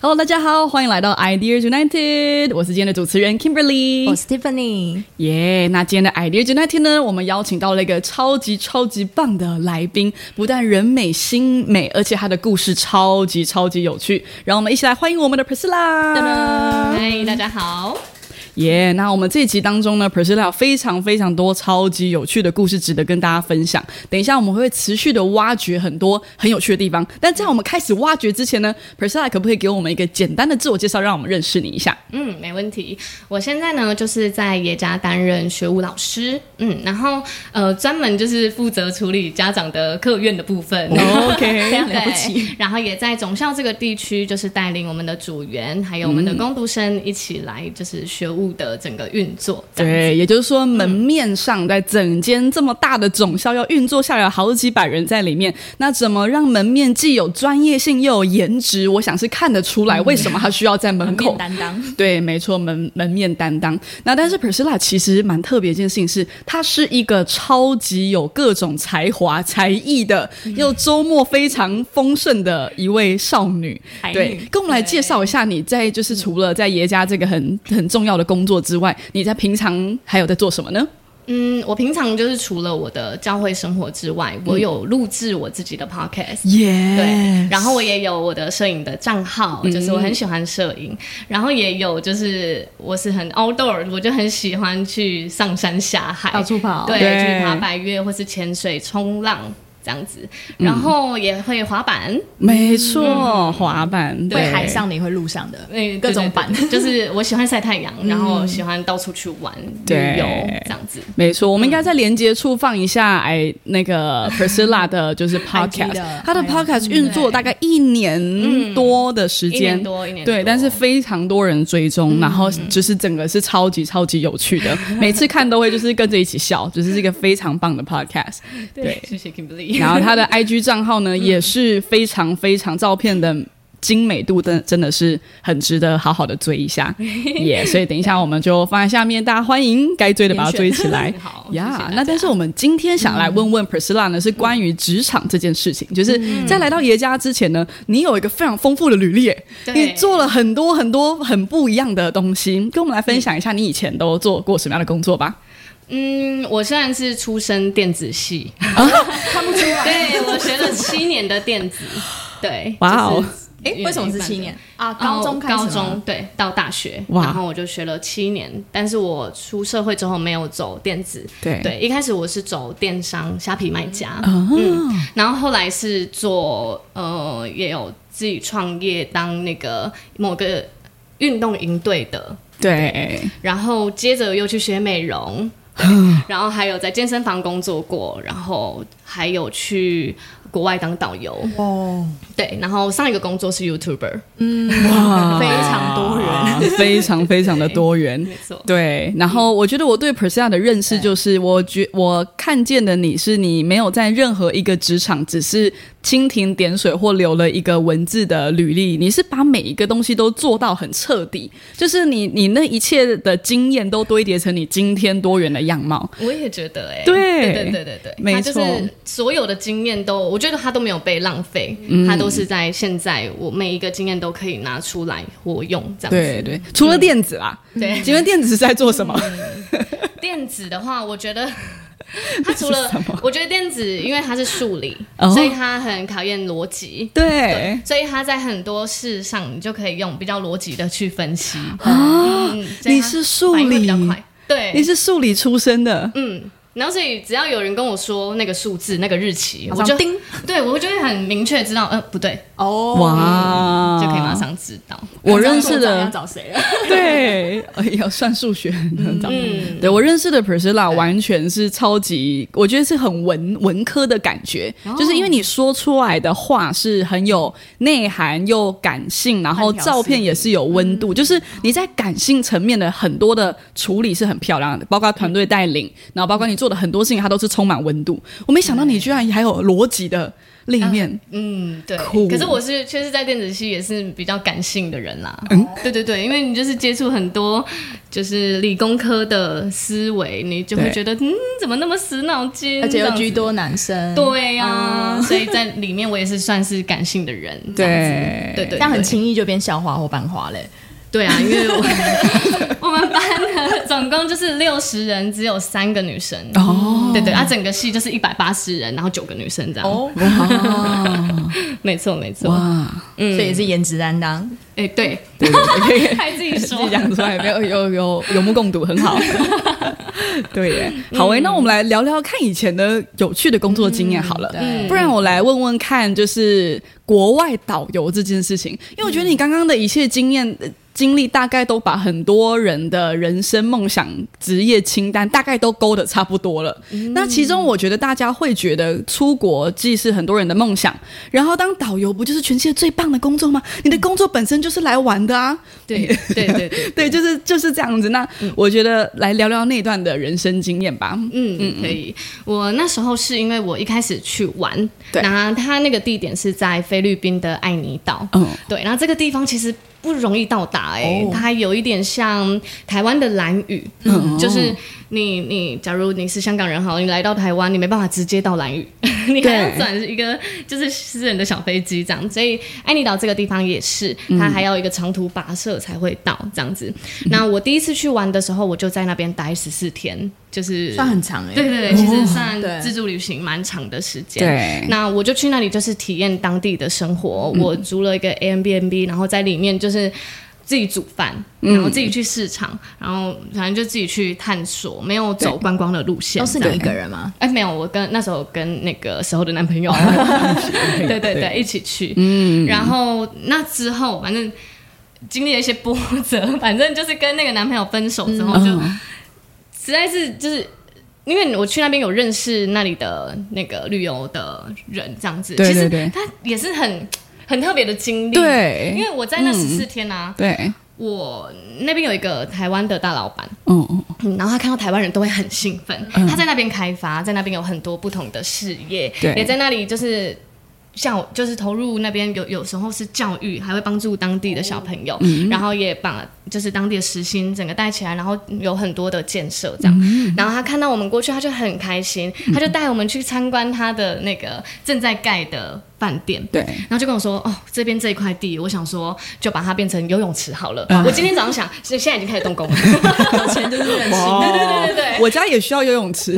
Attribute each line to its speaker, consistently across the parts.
Speaker 1: Hello，大家好，欢迎来到 Ideas United，我是今天的主持人 Kimberly，
Speaker 2: 我是 Tiffany。
Speaker 1: 耶那今天的 Idea United 呢，我们邀请到了一个超级超级棒的来宾，不但人美心美，而且他的故事超级超级有趣。让我们一起来欢迎我们的 Priscilla。
Speaker 3: 嗨，大家好。
Speaker 1: 耶那我们这一集当中呢，Priscilla 有非常非常多超级有趣的故事，值得跟大家分享。等一下我们会持续的挖掘很多很有趣的地方。但在我们开始挖掘之前呢，Priscilla 可不可以给我们一个简单的自我介绍，让我们认识你一下？
Speaker 3: 嗯，没问题。我现在呢，就是在耶加担任学务老师，嗯，然后呃，专门就是负责处理家长的客怨的部分。
Speaker 1: 哦 OK，非常了不起。
Speaker 3: 对，然后也在总校这个地区，就是带领我们的组员还有我们
Speaker 1: 嗯
Speaker 3: 的工读生一起来，就是学务的整个运作。这样子，
Speaker 1: 对，也就是说，门面上在整间这么大的总校要运作下来，有好几百人在里面，那怎么让门面既有专业性又有颜值？我想是看得出来为什么他需要在门口。
Speaker 2: 担当，
Speaker 1: 对，没错，门门面担当。那但是 Priscilla 其实蛮特别一件事情是，她是一个超级有各种才华才艺的，又周末非常丰盛的一位少女。
Speaker 2: 才女
Speaker 1: 对，跟我们来介绍一下你在就是除了在爷家这个很很重要的工作之外，你在平常还有在做什么呢？
Speaker 3: 嗯，我平常就是除了我的教会生活之外，
Speaker 1: 嗯
Speaker 3: 我有录制我自己的 podcast。
Speaker 1: 耶、
Speaker 3: 对，然后我也有我的摄影的账号，
Speaker 1: 嗯
Speaker 3: 就是我很喜欢摄影，然后也有就是我是很 outdoor，我就很喜欢去上山下海，
Speaker 2: 到处跑。
Speaker 3: 对，
Speaker 1: 对
Speaker 3: 去爬百越或是潜水、冲浪这样子，
Speaker 1: 嗯
Speaker 3: 然后也会滑板，
Speaker 1: 没错，滑板
Speaker 2: 嗯会海，上的也会路上的，
Speaker 3: 那
Speaker 2: 各种板。
Speaker 3: 就是我喜欢晒太阳，
Speaker 1: 嗯
Speaker 3: 然后喜欢到处去玩、
Speaker 1: 对
Speaker 3: 旅游这样子。
Speaker 1: 没错，我们应该在连接处放一下，哎，那 个 Priscilla 的就是
Speaker 2: IG
Speaker 1: podcast，
Speaker 2: 嗯的哎
Speaker 1: 她的 podcast 运作
Speaker 3: 对
Speaker 1: 大概一年多的时
Speaker 2: 嗯
Speaker 3: 一
Speaker 1: 间
Speaker 3: 年。多，一年多
Speaker 1: 对，但是非常多人追踪，然后就是整个是超级超级有趣 的，每次看都会就是跟着一起笑，就是一个非常棒的 podcast。对
Speaker 3: 对，谢谢 Kimberly。。
Speaker 1: 然后他的 IG 账号呢、也是非常非常照片的精美度，真真的是很值得好好的追一下耶。所以等一下我们就放在下面，大家欢迎该追的把它追起来
Speaker 3: 好谢谢
Speaker 1: 呀
Speaker 3: 大家嗯
Speaker 1: 那但是我们今天想来问问 Priscilla 呢，是关于职场这件事情。就是
Speaker 3: 嗯
Speaker 1: 在来到爷家之前呢，你有一个非常丰富的履历耶，
Speaker 3: 对
Speaker 1: 你做了很多很多很不一样的东西，跟我们来分享一下你以前都做过什么样的工作吧。
Speaker 3: 嗯，我虽然是出身电子系，
Speaker 2: 啊看不出来。
Speaker 3: 对我学了七年的电子，对，
Speaker 1: 哇哦
Speaker 3: 就是
Speaker 2: 哎，为什么是七年啊？
Speaker 3: 哦
Speaker 2: 高中开始吗
Speaker 3: 高中对，到大学，
Speaker 1: 哇
Speaker 3: 然后我就学了七年，但是我出社会之后没有走电子，
Speaker 1: 对
Speaker 3: 对，一开始我是走电商虾皮卖
Speaker 2: 啊
Speaker 3: 家，嗯，然后后来是做呃也有自己创业当那个某个运动营队的，
Speaker 1: 对，
Speaker 3: 然后接着又去学 美容，对然后还有在健身房工作过，然后还有去国外当导游，
Speaker 2: 哦，
Speaker 3: 对，然后上一个工作是 YouTuber，
Speaker 1: 哇
Speaker 2: 非常多元，
Speaker 1: 非常非常的多 元。
Speaker 3: 没错。
Speaker 1: 对，然后我觉得我对 Priscilla 的认识就是，我觉我看见的你是你没有在任何一个职场，只是蜻蜓点水或留了一个文字的履历，你是把每一个东西都做到很彻底，就是你你那一切的经验都堆叠成你今天多元的样貌。
Speaker 3: 我也觉得、欸，哎，
Speaker 1: 对
Speaker 3: 对对对对，
Speaker 1: 没
Speaker 3: 他就
Speaker 1: 错
Speaker 3: 是所有的经验都，我觉得他都没有被浪费，他都是在现在我每一个经验都可以拿出来活用，这样子。
Speaker 1: 对对，除了电子啦，
Speaker 3: 对
Speaker 1: 请问电子是在做什 么？
Speaker 3: 电子的话，我觉 得它除了
Speaker 1: 是什么，
Speaker 3: 我觉得电子因为它是数理，
Speaker 1: 哦
Speaker 3: 所以它很考验逻辑。
Speaker 1: 对，
Speaker 3: 所以它在很多事上，你就可以用比较逻辑的去分析。
Speaker 1: 啊，
Speaker 3: 嗯，所以
Speaker 1: 你
Speaker 3: 它
Speaker 1: 是数
Speaker 3: 反应会比较
Speaker 1: 理
Speaker 3: 快，对，
Speaker 1: 你是数理出身的，
Speaker 3: 嗯，然后所以只要有人跟我说那个数字、那个日期，我
Speaker 2: 马
Speaker 3: 就
Speaker 2: 上叮
Speaker 3: 对我就会很明确知道，呃，不对，
Speaker 2: 哦，
Speaker 1: 哇，
Speaker 3: 就可以马。上知道。
Speaker 1: 我认识的
Speaker 2: 要找谁 了？
Speaker 1: 对，哎要算数学很早。
Speaker 3: 嗯，
Speaker 1: 对我认识的 Priscilla 完全是超级，我觉得是很文文科的感觉，就是因为你说出来的话是很有内涵又感性，然后
Speaker 2: 慢条斯理
Speaker 1: 照片也是有温度，就是嗯你在感性层面的很多的处理是很漂亮的，包括团队带领，然后包括你做做的很多事情，它都是充满温度。我没想到你居然还有逻辑的另一面，
Speaker 3: 嗯，对
Speaker 1: 酷。
Speaker 3: 可是我是确实在电子系也是比较感性的人啦。嗯，对对对，因为你就是接触很多就是理工科的思维，你就会
Speaker 1: 对
Speaker 3: 觉得嗯，怎么那么死脑筋？
Speaker 2: 而
Speaker 3: 这
Speaker 2: 且又
Speaker 3: 样子
Speaker 2: 居多男生，
Speaker 3: 对呀、所以在里面我也是算是感性的人。这样子
Speaker 1: 对
Speaker 3: 对对，
Speaker 2: 但很
Speaker 3: 对
Speaker 2: 轻易就变校花或班花嘞。
Speaker 3: 对啊，因为我我们班的总共就是六十人，只有三个女生。
Speaker 1: 哦，
Speaker 3: 对对，啊，整个系就是一百八十人，然后九个女生这样。
Speaker 2: 哦，
Speaker 1: 哇
Speaker 3: 没错没错，
Speaker 1: 哇，
Speaker 3: 嗯，
Speaker 2: 所以也是颜值担当。
Speaker 3: 哎对，
Speaker 1: 对对对，可以
Speaker 3: 还自己
Speaker 1: 自
Speaker 3: 说
Speaker 1: 己讲出来，没有有有有目共睹，很好。对耶，好诶、那我们来聊聊看以前的有趣的工作经验好了。
Speaker 3: 嗯
Speaker 2: 对
Speaker 1: 不然我来问问看，就是国外导游这件事情，因为我觉得你刚刚的一切经验、呃经历，大概都把很多人的人生梦想、职业清单，大概都勾的差不多了。那其中，我觉得大家会觉得出国既是很多人的梦想，然后当导游不就是全世界最棒的工作吗？你的工作本身就是来玩的啊，
Speaker 3: 对对对 对，
Speaker 1: 对，就是就是这样子。那我觉得来聊聊那段的人生经验吧。
Speaker 3: 嗯，可以。我那时候是因为我一开始去玩，
Speaker 1: 对
Speaker 3: 那它那个地点是在菲律宾的爱尼岛，
Speaker 1: 嗯，
Speaker 3: 对，然后这个地方其实不容易到达、欸，
Speaker 1: 哦
Speaker 3: 它有一点像台湾的兰屿，
Speaker 1: 嗯
Speaker 3: 就是你你假如你是香港人好，你来到台湾，你没办法直接到兰屿， 你还要
Speaker 1: 对
Speaker 3: 转一个就是私人的小飞机这样，所以爱尼岛这个地方也是，它还要一个长途跋涉才会到这样子。那我第一次去玩的时候，我就在那边待十四天，就是
Speaker 2: 算很长哎、
Speaker 3: 对对对，其实算
Speaker 2: 对
Speaker 3: 自助旅行蛮长的时间。
Speaker 1: 对
Speaker 3: 那我就去那里就是体验当地的生活，
Speaker 2: 嗯
Speaker 3: 我租了一个 Airbnb，然后在里面就是。自己煮饭，
Speaker 2: 嗯
Speaker 3: 然后自己去市场，然后反正就自己去探索，没有走观光的路线。
Speaker 2: 都是
Speaker 3: 这样
Speaker 2: 你一个人吗？
Speaker 3: 哎，没有，我跟那时候跟那个时候的男朋 友，
Speaker 2: 哦
Speaker 3: 对对对，一起去。嗯，然后那之后反正经历了一些波折， 反正就是跟那个男朋友分手之后，就
Speaker 1: 嗯，
Speaker 3: 实在是就是。因为我去那边有认识那里的那个旅游的人，这样子，
Speaker 1: 对对
Speaker 3: 其
Speaker 1: 对
Speaker 3: 实他也是很很特别的经历。，
Speaker 1: 对，嗯
Speaker 3: 因为我在那十四天啊，
Speaker 1: 对，
Speaker 3: 我那边有一个台湾的大老板，
Speaker 1: 嗯嗯
Speaker 3: 嗯，然后他看到台湾人都会很兴奋，他在那边开发，在那边有很多不同的事业，
Speaker 1: 对
Speaker 3: 也在那里就是。像我就是投入那边有有时候是教育，还会帮助当地的小朋友，然后也把就是当地的时薪整个带起来，然后有很多的建设这样。然后他看到我们过去，他就很开心，他就带我们去参观他的那个正在盖的饭店。
Speaker 1: 对，
Speaker 3: 然后就跟我说：“哦，这边这一块地，我想说就把它变成游泳池好了。我今天早上想，现现在已经开始动工了。
Speaker 2: 以前就是任性，
Speaker 1: 哦，
Speaker 3: 对对对
Speaker 1: 我家也需要游泳池，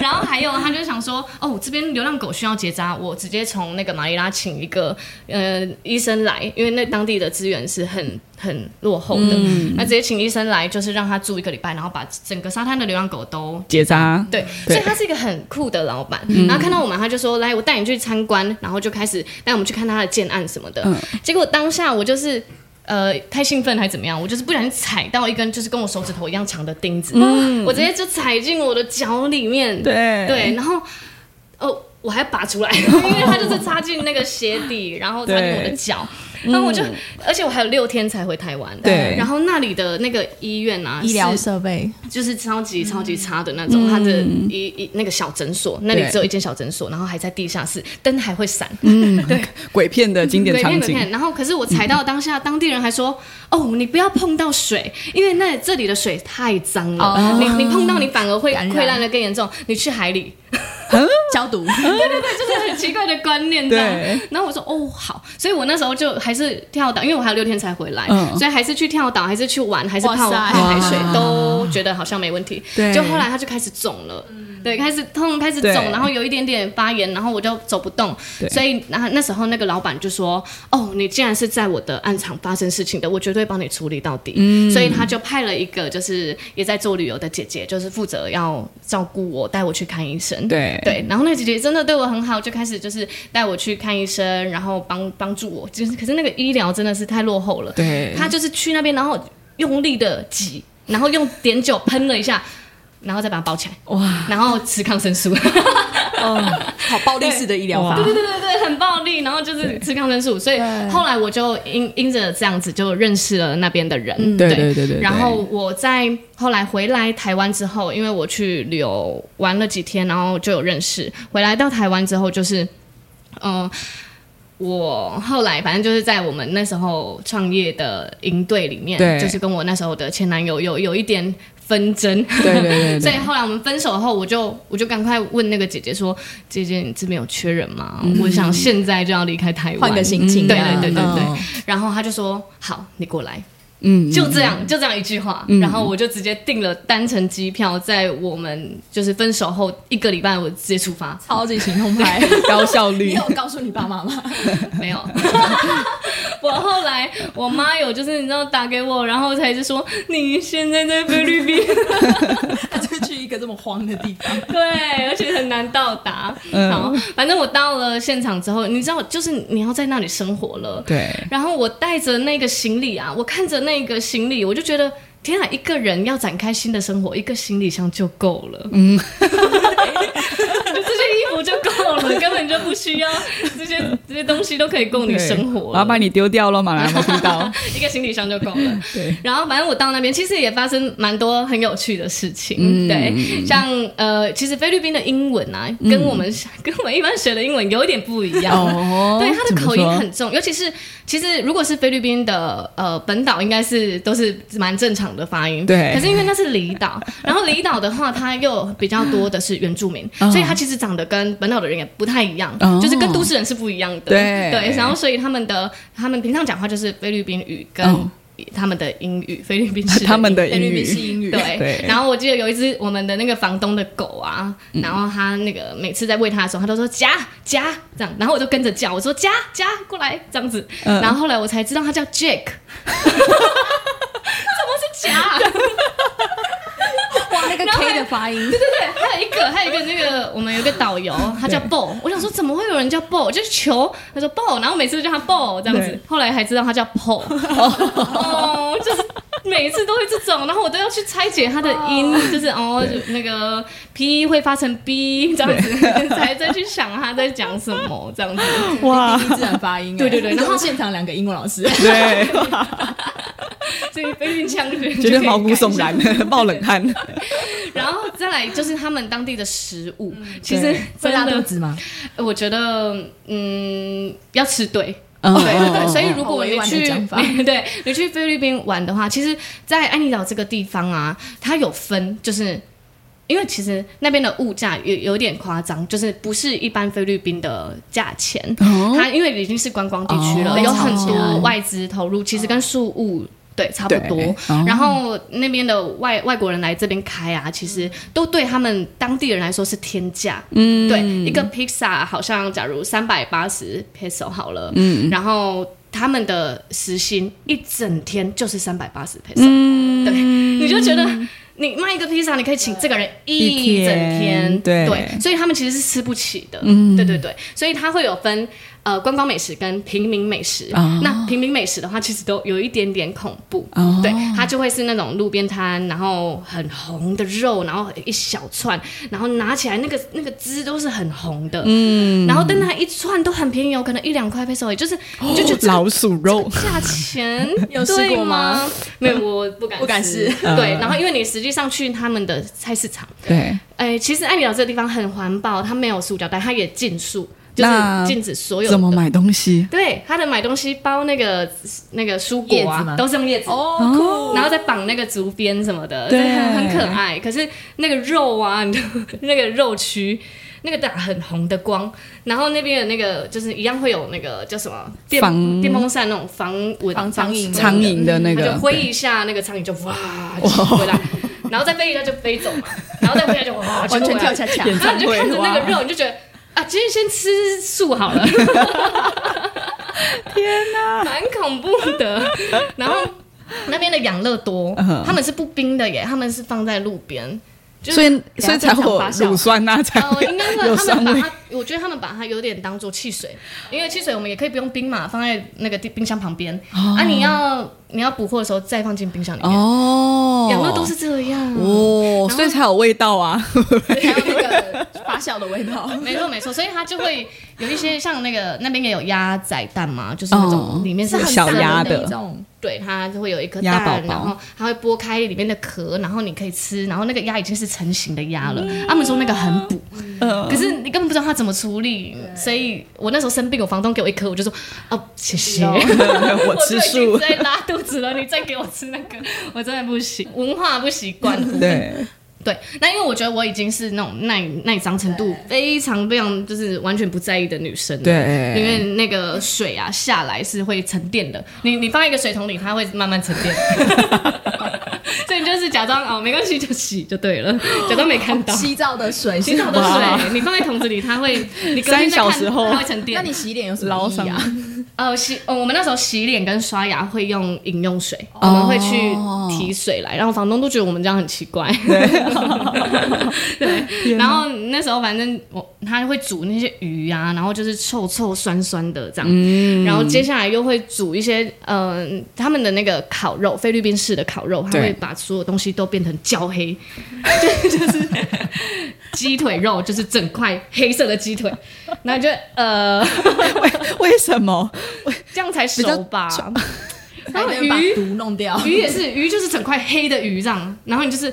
Speaker 3: 然后还有，他就想说，哦，这边流浪狗需要结扎，我直接从那个马尼拉请一个呃医生来，因为那当地的资源是很很落后的，那直接请医生来，就是让他住一个礼拜，然后把整个沙滩的流浪狗都。
Speaker 1: 结扎，
Speaker 3: 对，
Speaker 1: 对嗯
Speaker 3: 所以他是一个很酷的老板。然后看到我们，他就说：“来，我带你去参观。”然后就开始带我们去看他的建案什么的。
Speaker 1: 嗯
Speaker 3: 结果当下我就是呃太兴奋还怎么样，我就是不小心踩到一根就是跟我手指头一样长的钉子，我直接就踩进我的脚里面。
Speaker 1: 嗯对
Speaker 3: 对，然后哦，我还 拔出来，因为它就是插进那个鞋底，然后插进我的脚，然后我就，而且我还有六天才回台湾，
Speaker 1: 对
Speaker 3: 然后那里的那个医院啊，
Speaker 2: 医疗
Speaker 3: 是
Speaker 2: 设备
Speaker 3: 就是超级超
Speaker 2: 嗯
Speaker 3: 级差的那种，它的一一那个小诊所，那里只有一间小诊所，然后还在地下室，灯还会闪，
Speaker 2: 嗯
Speaker 1: 鬼嗯片的经典
Speaker 3: 鬼
Speaker 1: 场
Speaker 3: 片鬼
Speaker 1: 景，
Speaker 3: 片。然后可是我踩到当下，当地人还说：“
Speaker 2: 嗯
Speaker 3: 哦，你不要碰到水，因为那这里的水太脏了，
Speaker 2: 哦
Speaker 3: 你你碰到你反而会
Speaker 2: 感染
Speaker 3: 溃烂的更严重，你去海里。”
Speaker 2: 消毒，
Speaker 3: 就是很奇怪的观念这样
Speaker 1: 对。
Speaker 3: 然后我说哦好，所以我那时候就还是跳岛，因为我还有六天才回来，
Speaker 1: 嗯
Speaker 3: 所以还是去跳岛，还是去玩，还是泡
Speaker 2: 哇塞
Speaker 3: 泡海水
Speaker 1: 哇，
Speaker 3: 都觉得好像没问题。
Speaker 1: 嗯对
Speaker 3: 就后来他就开始肿了。
Speaker 2: 嗯
Speaker 3: 对，开始痛，开始肿
Speaker 1: 对，
Speaker 3: 然后有一点点发炎，然后我就走不动
Speaker 1: 对，
Speaker 3: 所以那那时候那个老板就说：“哦，你既然是在我的暗场发生事情的，我绝对帮你处理到底。”
Speaker 1: 嗯
Speaker 3: 所以他就派了一个就是也在做旅游的姐姐，就是负责要照顾我，带我去看医生。
Speaker 1: 对
Speaker 3: 对，然后那个姐姐真的对我很好，就开始就是带我去看医生，然后帮帮助我。就是可是那个医疗真的是太落后了，
Speaker 1: 对
Speaker 3: 她就是去那边，然后用力的挤，然后用碘酒喷了一下，然后再把它包起来，
Speaker 1: 哇，
Speaker 3: 然后吃抗生素。
Speaker 2: 好暴力式的医疗法，
Speaker 1: 对
Speaker 3: 对对对，很暴力，然后就是吃抗生素，所以后来我就因因着这样子就认识了那边的人，
Speaker 1: 对对对对。
Speaker 3: 然后我在后来回来台湾之后，因为我去旅游玩了几天，然后就有认识。回来到台湾之后，就是，嗯、我后来反正就是在我们那时候创业的营队里面
Speaker 1: 对，
Speaker 3: 就是跟我那时候的前男友有有一点纷争。
Speaker 1: 对对对对
Speaker 3: 所以后来我们分手后，我就我就赶快问那个姐姐说：“姐姐，你这边有缺人吗？我想现在就要离开台湾，
Speaker 2: 嗯换个心情
Speaker 3: 嗯
Speaker 2: 这
Speaker 3: 对
Speaker 2: 样，
Speaker 3: 对对对对。
Speaker 2: 嗯
Speaker 3: 然后她就说：“好，你过来。”
Speaker 1: 嗯，
Speaker 3: 就这样，就这样一句话，
Speaker 2: 嗯
Speaker 3: 然后我就直接订了单程机票，在我们就是分手后一个礼拜，我直接出 发。
Speaker 2: 超级行动派。
Speaker 1: 高效
Speaker 2: 你
Speaker 1: 率
Speaker 2: 有告诉你爸妈吗？
Speaker 3: 没有， 我后来我妈有就是你知道打给我，然后才是说你现在在菲律宾，
Speaker 2: 他就去一个这么荒的地方，
Speaker 3: 对，而且很难到达。好，反正我到了现场之后，你知道，就是你要在那里生活了，
Speaker 1: 对，
Speaker 3: 然后我带着那个行李啊，我看着那个行李，我就觉得天啊，一个人要展开新的生活，一个行李箱就够了。 嗯，就这些衣服就够了，根本就不需要这些这些东西都可以供你生活
Speaker 1: 我要把
Speaker 3: 了。
Speaker 1: 你丢掉了嘛，马来没听到？
Speaker 3: 一个行李箱就够了。
Speaker 1: 对，
Speaker 3: 然后反正我到那边，其实也发生蛮多很有趣的事情。
Speaker 1: 嗯
Speaker 3: 对，像呃，其实菲律宾的英文啊，跟我们、 跟我们一般学的英文有一点不一样。
Speaker 1: 哦
Speaker 3: 对，他
Speaker 1: 怎
Speaker 3: 的
Speaker 1: 么
Speaker 3: 口音
Speaker 1: 说
Speaker 3: 很重，尤其是其实如果是菲律宾的呃本岛，应该是都是蛮正常的发音。
Speaker 1: 对
Speaker 3: 可是因为那是 离岛，然后离岛的话，它又比较多的是原住民，
Speaker 1: 哦
Speaker 3: 所以它其实长得跟本岛的人也不太一样，
Speaker 1: 哦
Speaker 3: 就是跟都市人是不一样的。
Speaker 1: 对
Speaker 3: 对，然后所以他们的他们平常讲话就是菲律宾语跟
Speaker 1: 嗯
Speaker 3: 他们的英语，菲律宾式的
Speaker 1: 他们
Speaker 3: 英语
Speaker 1: 的英
Speaker 2: 菲律
Speaker 1: 语
Speaker 2: 宾是英语
Speaker 3: 对，
Speaker 1: 对
Speaker 3: 然后我记得有一只我们的那个房东的狗啊，然后它那个每次在喂它的时候，它都说夹夹这样，然后我就跟着叫，我说夹夹过来这样子，
Speaker 1: 嗯
Speaker 3: 然后后来我才知道它叫 Jack，怎么是夹？
Speaker 2: 哇，那个 K 的发音
Speaker 3: 对对对，还有一个，还有一个那个，我们有一个导游，他叫 Bo，我想说怎么会有人叫 Bo，就是球，他说 Bo，然后每次都叫他 Bo 这样
Speaker 1: 对
Speaker 3: 子，后来还知道他叫 Po，哦，就是每一次都会这种，然后我都要去拆解他的音，就是哦，就那个 P 会发成 B 这样子，才再去想他在讲什么这样子。
Speaker 1: 哇，
Speaker 2: 第一自然发音，
Speaker 3: 对对对
Speaker 2: 然
Speaker 3: 然
Speaker 2: 后
Speaker 3: 后
Speaker 2: 现场两个英文老师，
Speaker 1: 对，
Speaker 3: 所以菲律宾腔的 人
Speaker 1: 觉
Speaker 3: 就
Speaker 1: 得
Speaker 3: 可以
Speaker 1: 毛骨
Speaker 3: 改
Speaker 1: 悚
Speaker 3: 一下
Speaker 1: 然， 冒冷汗。
Speaker 3: 然后再来就是他们当地的食物，其实
Speaker 1: 对
Speaker 2: 会
Speaker 3: 真
Speaker 2: 拉肚
Speaker 3: 的，
Speaker 2: 子吗？
Speaker 3: 我觉得嗯，要吃对。
Speaker 1: 嗯
Speaker 3: 对对对，所以如
Speaker 2: 好
Speaker 3: 果
Speaker 2: 委
Speaker 3: 你
Speaker 2: 婉的
Speaker 3: 去
Speaker 2: 讲法
Speaker 3: 对你去菲律宾玩的话，其实，在安妮岛这个地方啊，它有分，就是因为其实那边的物价有有点夸张，就是不是一般菲律宾的价钱。
Speaker 1: 哦
Speaker 3: 它因为已经是观光地区了，
Speaker 1: 哦
Speaker 3: 有很
Speaker 2: 非常
Speaker 3: 多
Speaker 2: 强
Speaker 3: 外资投入，其实跟树物。对，差不多
Speaker 1: 对哦。
Speaker 3: 然后那边的外外国人来这边开啊，其实都对他们当地人来说是天价。
Speaker 1: 嗯
Speaker 3: 对，一个 pizza 好像假如三百八十 peso 好了，
Speaker 1: 嗯
Speaker 3: 然后他们的时薪一整天就是三百八十 peso，、
Speaker 1: 嗯
Speaker 3: 对，你就觉得。你卖一个披萨，你可以请这个人一整
Speaker 1: 一
Speaker 3: 天
Speaker 1: 天，对嗯
Speaker 3: 所以他们其实是吃不起的，对对对，所以它会有分呃观光美食跟平民美食。
Speaker 1: 哦
Speaker 3: 那平民美食的话，其实都有一点点恐怖，
Speaker 1: 哦
Speaker 3: 对，它就会是那种路边摊，然后很红的肉，然后一小串，然后拿起来那个那个汁都是很红的，嗯，然后但它一串都很便宜哦，可能一两块 peso，也就是你就觉得 这个
Speaker 1: 哦老鼠肉，
Speaker 3: 价钱
Speaker 2: 有试
Speaker 3: 对
Speaker 2: 过吗
Speaker 3: 吗？没有，我不敢
Speaker 2: 不敢
Speaker 3: 吃。
Speaker 2: 试
Speaker 3: 对，然后因为你实际上去他们的菜市场，
Speaker 1: 对，
Speaker 3: 哎，其实爱丽岛这个地方很环保，它没有塑胶袋，它也禁塑，就是
Speaker 1: 那
Speaker 3: 禁止所有
Speaker 1: 怎么
Speaker 3: 的。
Speaker 1: 买东西？
Speaker 3: 对，它的买东西包那个那个蔬果
Speaker 2: 叶子
Speaker 3: 啊
Speaker 2: 吗，
Speaker 3: 都是用叶子。
Speaker 2: 哦，
Speaker 3: 然后再绑那个竹编什么的，
Speaker 1: 对
Speaker 3: 真的很很可爱。可是那个肉啊， 你知道那个肉区，那个打很红的光，然后那边的那个就是一样会有那个叫什么电
Speaker 1: 防
Speaker 3: 电风扇那种防蚊
Speaker 2: 防苍蝇
Speaker 1: 苍蝇的那
Speaker 3: 它就
Speaker 1: 个，
Speaker 3: 挥一下，那个苍蝇就哇就回来，然后再飞一下就飞走嘛，然后再飞一下就哇
Speaker 2: 完全跳
Speaker 3: 起
Speaker 2: 恰
Speaker 3: 来，
Speaker 2: 恰，
Speaker 1: 演唱
Speaker 3: 然后你就
Speaker 1: 会
Speaker 3: 看着那个肉，你就觉得。啊，今天先吃素 好了。天哪， 蛮恐怖的。然后那边的养乐多
Speaker 1: 嗯，
Speaker 3: 他们是不冰的耶，他们是放在路边，就是
Speaker 1: 所以所以才会有
Speaker 3: 等下再讲发酵
Speaker 1: 乳酸呐，才
Speaker 3: 哦，
Speaker 1: 会
Speaker 3: 应该
Speaker 1: 有
Speaker 3: 说他
Speaker 1: 酸
Speaker 3: 们把
Speaker 1: 味。
Speaker 3: 它，我觉得他们把它有点当做汽水，因为汽水我们也可以不用冰嘛，放在那个地冰箱旁边、啊。你要你要补货的时候再放进冰箱里面，
Speaker 1: 哦
Speaker 3: 养乐多是这样。嗯
Speaker 1: 哦，
Speaker 3: 然后
Speaker 1: 所以才有味道啊。
Speaker 2: 还有那个发酵笑的味 道。
Speaker 3: 没错没错，所以它就会有一些像那个那边也有鸭仔蛋嘛，就是那
Speaker 1: 哦
Speaker 3: 种里面是
Speaker 1: 是
Speaker 3: 很
Speaker 1: 小
Speaker 3: 散
Speaker 1: 鸭
Speaker 3: 的
Speaker 1: 的
Speaker 3: 那种，对，它就会有一颗
Speaker 1: 鸭
Speaker 3: 蛋，
Speaker 1: 宝宝
Speaker 3: 然后它会剥开里面的壳，然后你可以吃，然后那个鸭已经是成型的鸭了。
Speaker 1: 嗯
Speaker 3: 他们说那个很补，
Speaker 1: 呃
Speaker 3: 可是你根本不知道它怎么处理，所以我那时候生病，我房东给我一颗，我就说哦谢谢。
Speaker 1: 我
Speaker 3: 我
Speaker 1: 吃
Speaker 3: 都已经
Speaker 1: 素，
Speaker 3: 在拉肚子了，你再给我吃那个，我真的不行，文化不习惯。
Speaker 1: 对，
Speaker 3: 对，那因为我觉得我已经是那种耐耐脏程度非常非常就是完全不在意的女生了。
Speaker 1: 对
Speaker 3: 因为那个水啊下来是会沉淀的，你你放一个水桶里，它会慢慢沉淀。 所以你就是假装哦，没关系就洗就对了，假装没看到。
Speaker 2: 洗澡的水，
Speaker 3: 洗澡的
Speaker 1: 哇
Speaker 3: 水，你放在桶子里，它会，你隔
Speaker 1: 三
Speaker 3: 天再
Speaker 1: 小
Speaker 3: 看
Speaker 1: 时后
Speaker 3: 它会沉淀。
Speaker 2: 那你洗脸有什么意义
Speaker 1: 劳
Speaker 2: 啊？
Speaker 3: 呃，洗、呃我们那时候洗脸跟刷牙会用饮用水，我们会去提水来，然后房东都觉得我们这样很奇怪。 对，然后那时候反正我他会煮那些鱼啊，然后就是臭臭酸酸的这样，然后接下来又会煮一些呃他们的那个烤肉，菲律宾式的烤肉，他
Speaker 1: 对
Speaker 3: 会把所有东西都变成焦黑， 就就是鸡腿肉就是整块黑色的鸡腿，然后就呃。
Speaker 1: 为为什么？
Speaker 3: 这样才熟吧？然后
Speaker 2: 才能把
Speaker 3: 鱼
Speaker 2: 毒 弄掉。
Speaker 3: 鱼也是鱼，就是整块黑的鱼这样，然后你就是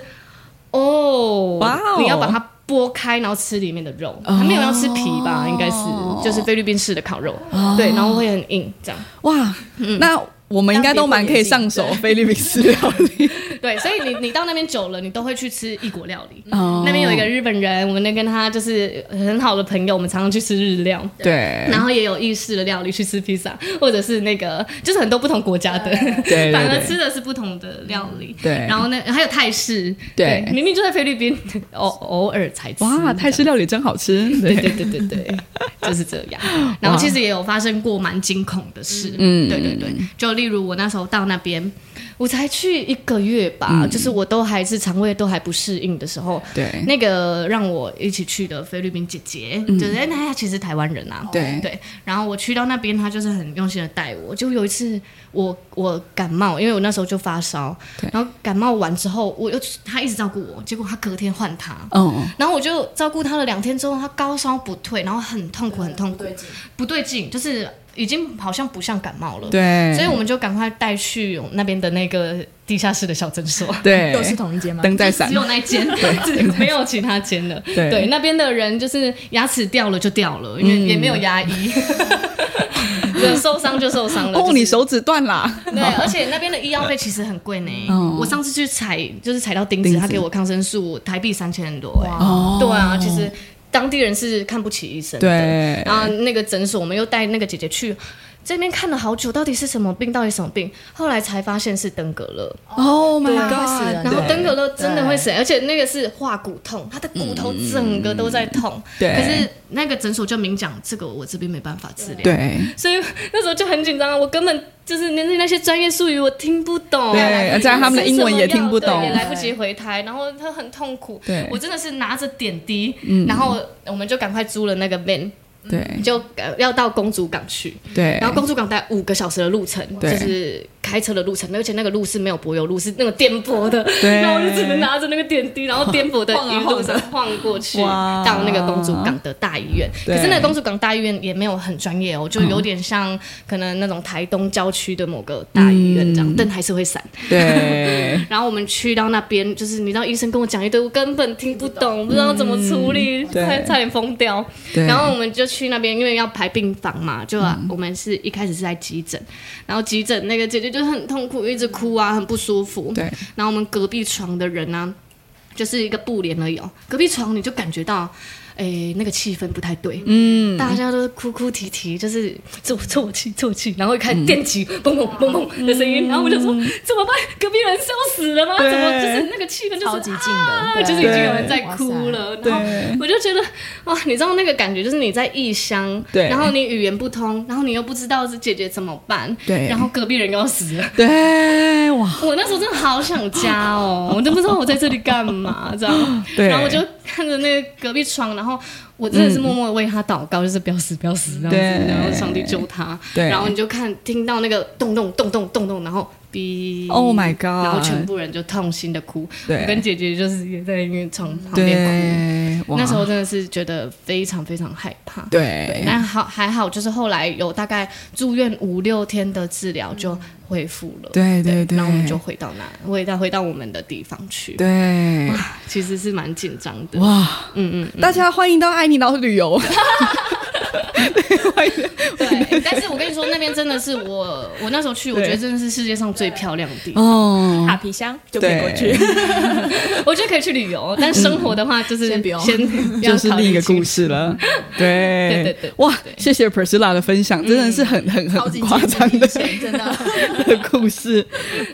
Speaker 3: 哦，
Speaker 1: 哇哦
Speaker 3: 你要把它剥开，然后吃里面的肉，它没有要吃皮吧？
Speaker 1: 哦
Speaker 3: 应该是就是菲律宾式的烤肉，对，然后会很硬这样，
Speaker 1: 哇，
Speaker 3: 嗯
Speaker 1: 那我们应该都蛮可以上手菲律宾式料 理。
Speaker 3: 对，所以你你到那边久了，你都会去吃异国料理。
Speaker 1: 哦
Speaker 3: 那边有一个日本人，我们那跟他就是很好的朋友，我们常常去吃日料。
Speaker 1: 对
Speaker 3: 然后也有意式的料理去吃披萨， 或者是那个就是很多不同国家 的，
Speaker 1: 对对
Speaker 3: 反而吃的是不同的料理。
Speaker 1: 对
Speaker 3: 然后那还有泰式，
Speaker 1: 对
Speaker 3: 明明就在菲律宾， 偶偶尔才吃。
Speaker 1: 哇，泰式料理真好吃。
Speaker 3: 对对对对对， 就是这 样。然后其实也有发生过蛮惊恐的事，嗯，对对对，就例如我那时候到那边，我才去一个月吧，
Speaker 1: 嗯
Speaker 3: 就是我都还是肠胃都还不适应的时候，
Speaker 1: 对
Speaker 3: 那个让我一起去的菲律宾姐姐，就是哎那她其实是台湾人啊，
Speaker 1: 嗯对
Speaker 3: 对。然后我去到那边，她就是很用心的带我。就有一次我我感冒，因为我那时候就发烧
Speaker 1: 对，
Speaker 3: 然后感冒完之后，我又她一直照顾我，结果她隔天换她，
Speaker 1: 嗯，
Speaker 3: 然后我就照顾他了两天之后，他高烧不退，然后很痛苦，很痛苦，不对劲，就是已经好像不像感冒了。，
Speaker 1: 对，
Speaker 3: 嗯所以我们就赶快带去那边的那个地下室的小诊所。
Speaker 1: 对
Speaker 2: 又是同一间吗？
Speaker 1: 灯在闪
Speaker 3: 只，有那一间， 只没有其他间了。
Speaker 1: 对嗯
Speaker 3: 那边的人就是牙齿掉了就掉了，因为也没有牙医， 对，受伤就受伤了。就
Speaker 1: 哦，
Speaker 3: 是
Speaker 1: 你手指断啦。
Speaker 3: 对，而且那边的医药费其实很贵呢。
Speaker 1: 嗯
Speaker 3: 我上次去踩，就是踩到钉
Speaker 1: 钉
Speaker 3: 子，
Speaker 1: 子
Speaker 3: 他给我抗生素，台币三千多。哎
Speaker 1: 哦
Speaker 3: 对啊，其实当地人是看不起医生的。
Speaker 1: 对
Speaker 3: 然后那个诊所，我们又带那个姐姐去。这边看了好久，到底是什么病？到底什么病？后来才发现是登革热，
Speaker 1: Oh
Speaker 2: 对
Speaker 1: my
Speaker 2: 啊会死
Speaker 1: god！
Speaker 2: 人
Speaker 3: 然后
Speaker 2: 对
Speaker 3: 登革热真的会死，而且那个是化骨痛，他的骨头整个都在痛。
Speaker 1: 嗯对
Speaker 3: 可是那个诊所就明讲，这个我这边没办法治疗。
Speaker 1: 对
Speaker 3: 所以那时候就很紧张，我根本就是那那些专业术语我听不懂，哎
Speaker 1: 对
Speaker 3: 来不及
Speaker 1: 加上他们的英文也听不懂
Speaker 3: 对也来不及回台，然后他很痛苦，
Speaker 1: 对嗯
Speaker 3: 我真的是拿着点滴，然后我们就赶快租了那个 van，
Speaker 1: 对
Speaker 3: 就呃要到公主港去，
Speaker 1: 对
Speaker 3: 然，后公主港大概五个小时的路程，
Speaker 1: 对
Speaker 3: 就是开车的路程，而且那个路是没有柏油路，是那种颠簸的，
Speaker 1: 对
Speaker 3: 然后我就只能拿着那个点滴，然后 颠簸的
Speaker 2: 晃啊
Speaker 3: 一路上晃过去，
Speaker 1: 哇
Speaker 3: 到那个公主港的大医院。
Speaker 1: 对嗯
Speaker 3: 可是那个公主港大医院也没有很专业哦，就有点像可能那种台东郊区的某个大医院
Speaker 1: 嗯
Speaker 3: 这样，灯还是会闪。
Speaker 1: 对
Speaker 3: 然后我们去到那边，就是你知道医生跟我讲一堆，我根本听不懂，不知道怎么处理，
Speaker 1: 嗯对
Speaker 3: 差差点疯掉。
Speaker 1: 对，嗯
Speaker 3: 然后我们就去那边，因为要排病房嘛，就、啊我们是一开始是在急诊，然后急诊那个姐姐就很痛苦，一直哭啊，很不舒服。
Speaker 1: 对
Speaker 3: 然后我们隔壁床的人呢、就是一个布帘而已哦，隔壁床你就感觉到。诶，那个气氛不太对，嗯，大家都哭哭啼啼，就是啜啜泣啜泣，然后开
Speaker 1: 嗯
Speaker 3: 始电击，嘣嘣嘣嘣的声音，然后我就说怎么办？隔壁人是要死了吗？
Speaker 1: 对
Speaker 3: 怎么就是那个气氛就是
Speaker 2: 超级近
Speaker 3: 啊
Speaker 2: 的，
Speaker 3: 就是已
Speaker 2: 对
Speaker 3: 经有人在哭了，然后
Speaker 1: 对
Speaker 3: 我就觉得哇，你知道那个感觉，就是你在异乡，
Speaker 1: 对
Speaker 3: 然后你语言不通，然后你又不知道是姐姐怎么办，
Speaker 1: 对
Speaker 3: 然后隔壁人又要死了，
Speaker 1: 对，哇，
Speaker 3: 我那时候真的好想家 哦，我都不知道我在这里干嘛，这样，
Speaker 1: 对
Speaker 3: 然后我就看着那个隔壁床，然后我真的是默默地为他祷告，就是不要死，不要死，这
Speaker 1: 嗯
Speaker 3: 样
Speaker 1: 对
Speaker 3: 子，然后上帝救他，
Speaker 1: 对
Speaker 3: 然后你就看听到那个咚咚咚咚咚咚，然后哔
Speaker 1: Oh my god
Speaker 3: 然后全部人就痛心的哭，我跟
Speaker 1: 对
Speaker 3: 姐姐就是也在那边床旁边
Speaker 1: 对，
Speaker 3: 哭，
Speaker 1: 哇
Speaker 3: 那时候真的是觉得非常非常害怕。
Speaker 1: 对
Speaker 3: 但好还好，就是后来有大概住院五六天的治疗就恢复了，
Speaker 1: 对对对
Speaker 3: 然后我们就回到那，回到回到我们的地方去，
Speaker 1: 对，
Speaker 3: 其实是蛮紧张的，
Speaker 1: 哇，
Speaker 3: 嗯嗯。
Speaker 1: 大家欢迎到爱尼岛旅游。对，欢迎
Speaker 3: 对，但是我跟你说，那边真的是我，我那时候去，我觉得真的是世界上最漂亮的地方。
Speaker 1: 哦，
Speaker 2: 塔皮箱就可以过去，
Speaker 3: 我觉得可以去旅游，但生活的话就是
Speaker 2: 先不用
Speaker 3: 先
Speaker 1: 就是另一个故
Speaker 3: 事。
Speaker 1: 事了。对
Speaker 3: 对对对
Speaker 1: 哇，谢谢 Priscilla 的分享，真的是很很
Speaker 2: 超
Speaker 1: 很
Speaker 2: 级
Speaker 1: 夸张
Speaker 2: 经
Speaker 1: 的
Speaker 2: 济体验真的。
Speaker 1: 的 故事。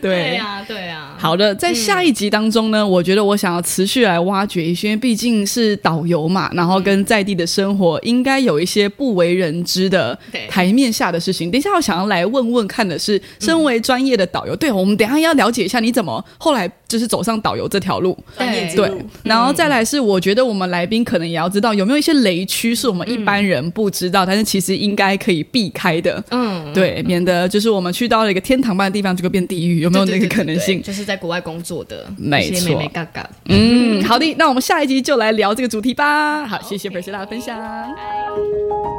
Speaker 3: 对
Speaker 1: 对。
Speaker 3: 呀，对啊呀。
Speaker 1: 好的，在下一集当中呢，
Speaker 3: 嗯
Speaker 1: 我觉得我想要持续来挖掘一些，因为毕竟是导游嘛，然后跟在地的生活应该有一些不为人知的
Speaker 3: 嗯对嗯
Speaker 1: 台面下的事情。等一下我想要来问问看的是，身为专业的导游，对我们等一下要了解一下你怎么后来就是走上导游这条路。
Speaker 2: 专业之
Speaker 1: 对
Speaker 3: 嗯
Speaker 2: 路，
Speaker 1: 然后再来是，我觉得我们来宾可能也要知道有没有一些雷区是我们一般人不知道，但是其实应该可以避开的，
Speaker 3: 嗯，
Speaker 1: 对，免得就是我们去到了一个天堂般的地方，结果变地狱，有没有那个可能
Speaker 3: 对对对对
Speaker 1: 性？
Speaker 3: 就是在国外工作的
Speaker 1: 没
Speaker 3: 一些
Speaker 1: 错嗯
Speaker 3: 妹妹嘎嘎。
Speaker 1: 嗯，好的，那我们下一集就来聊这个主题吧。好，谢谢 p r i s c i l l a 的分享。
Speaker 3: 拜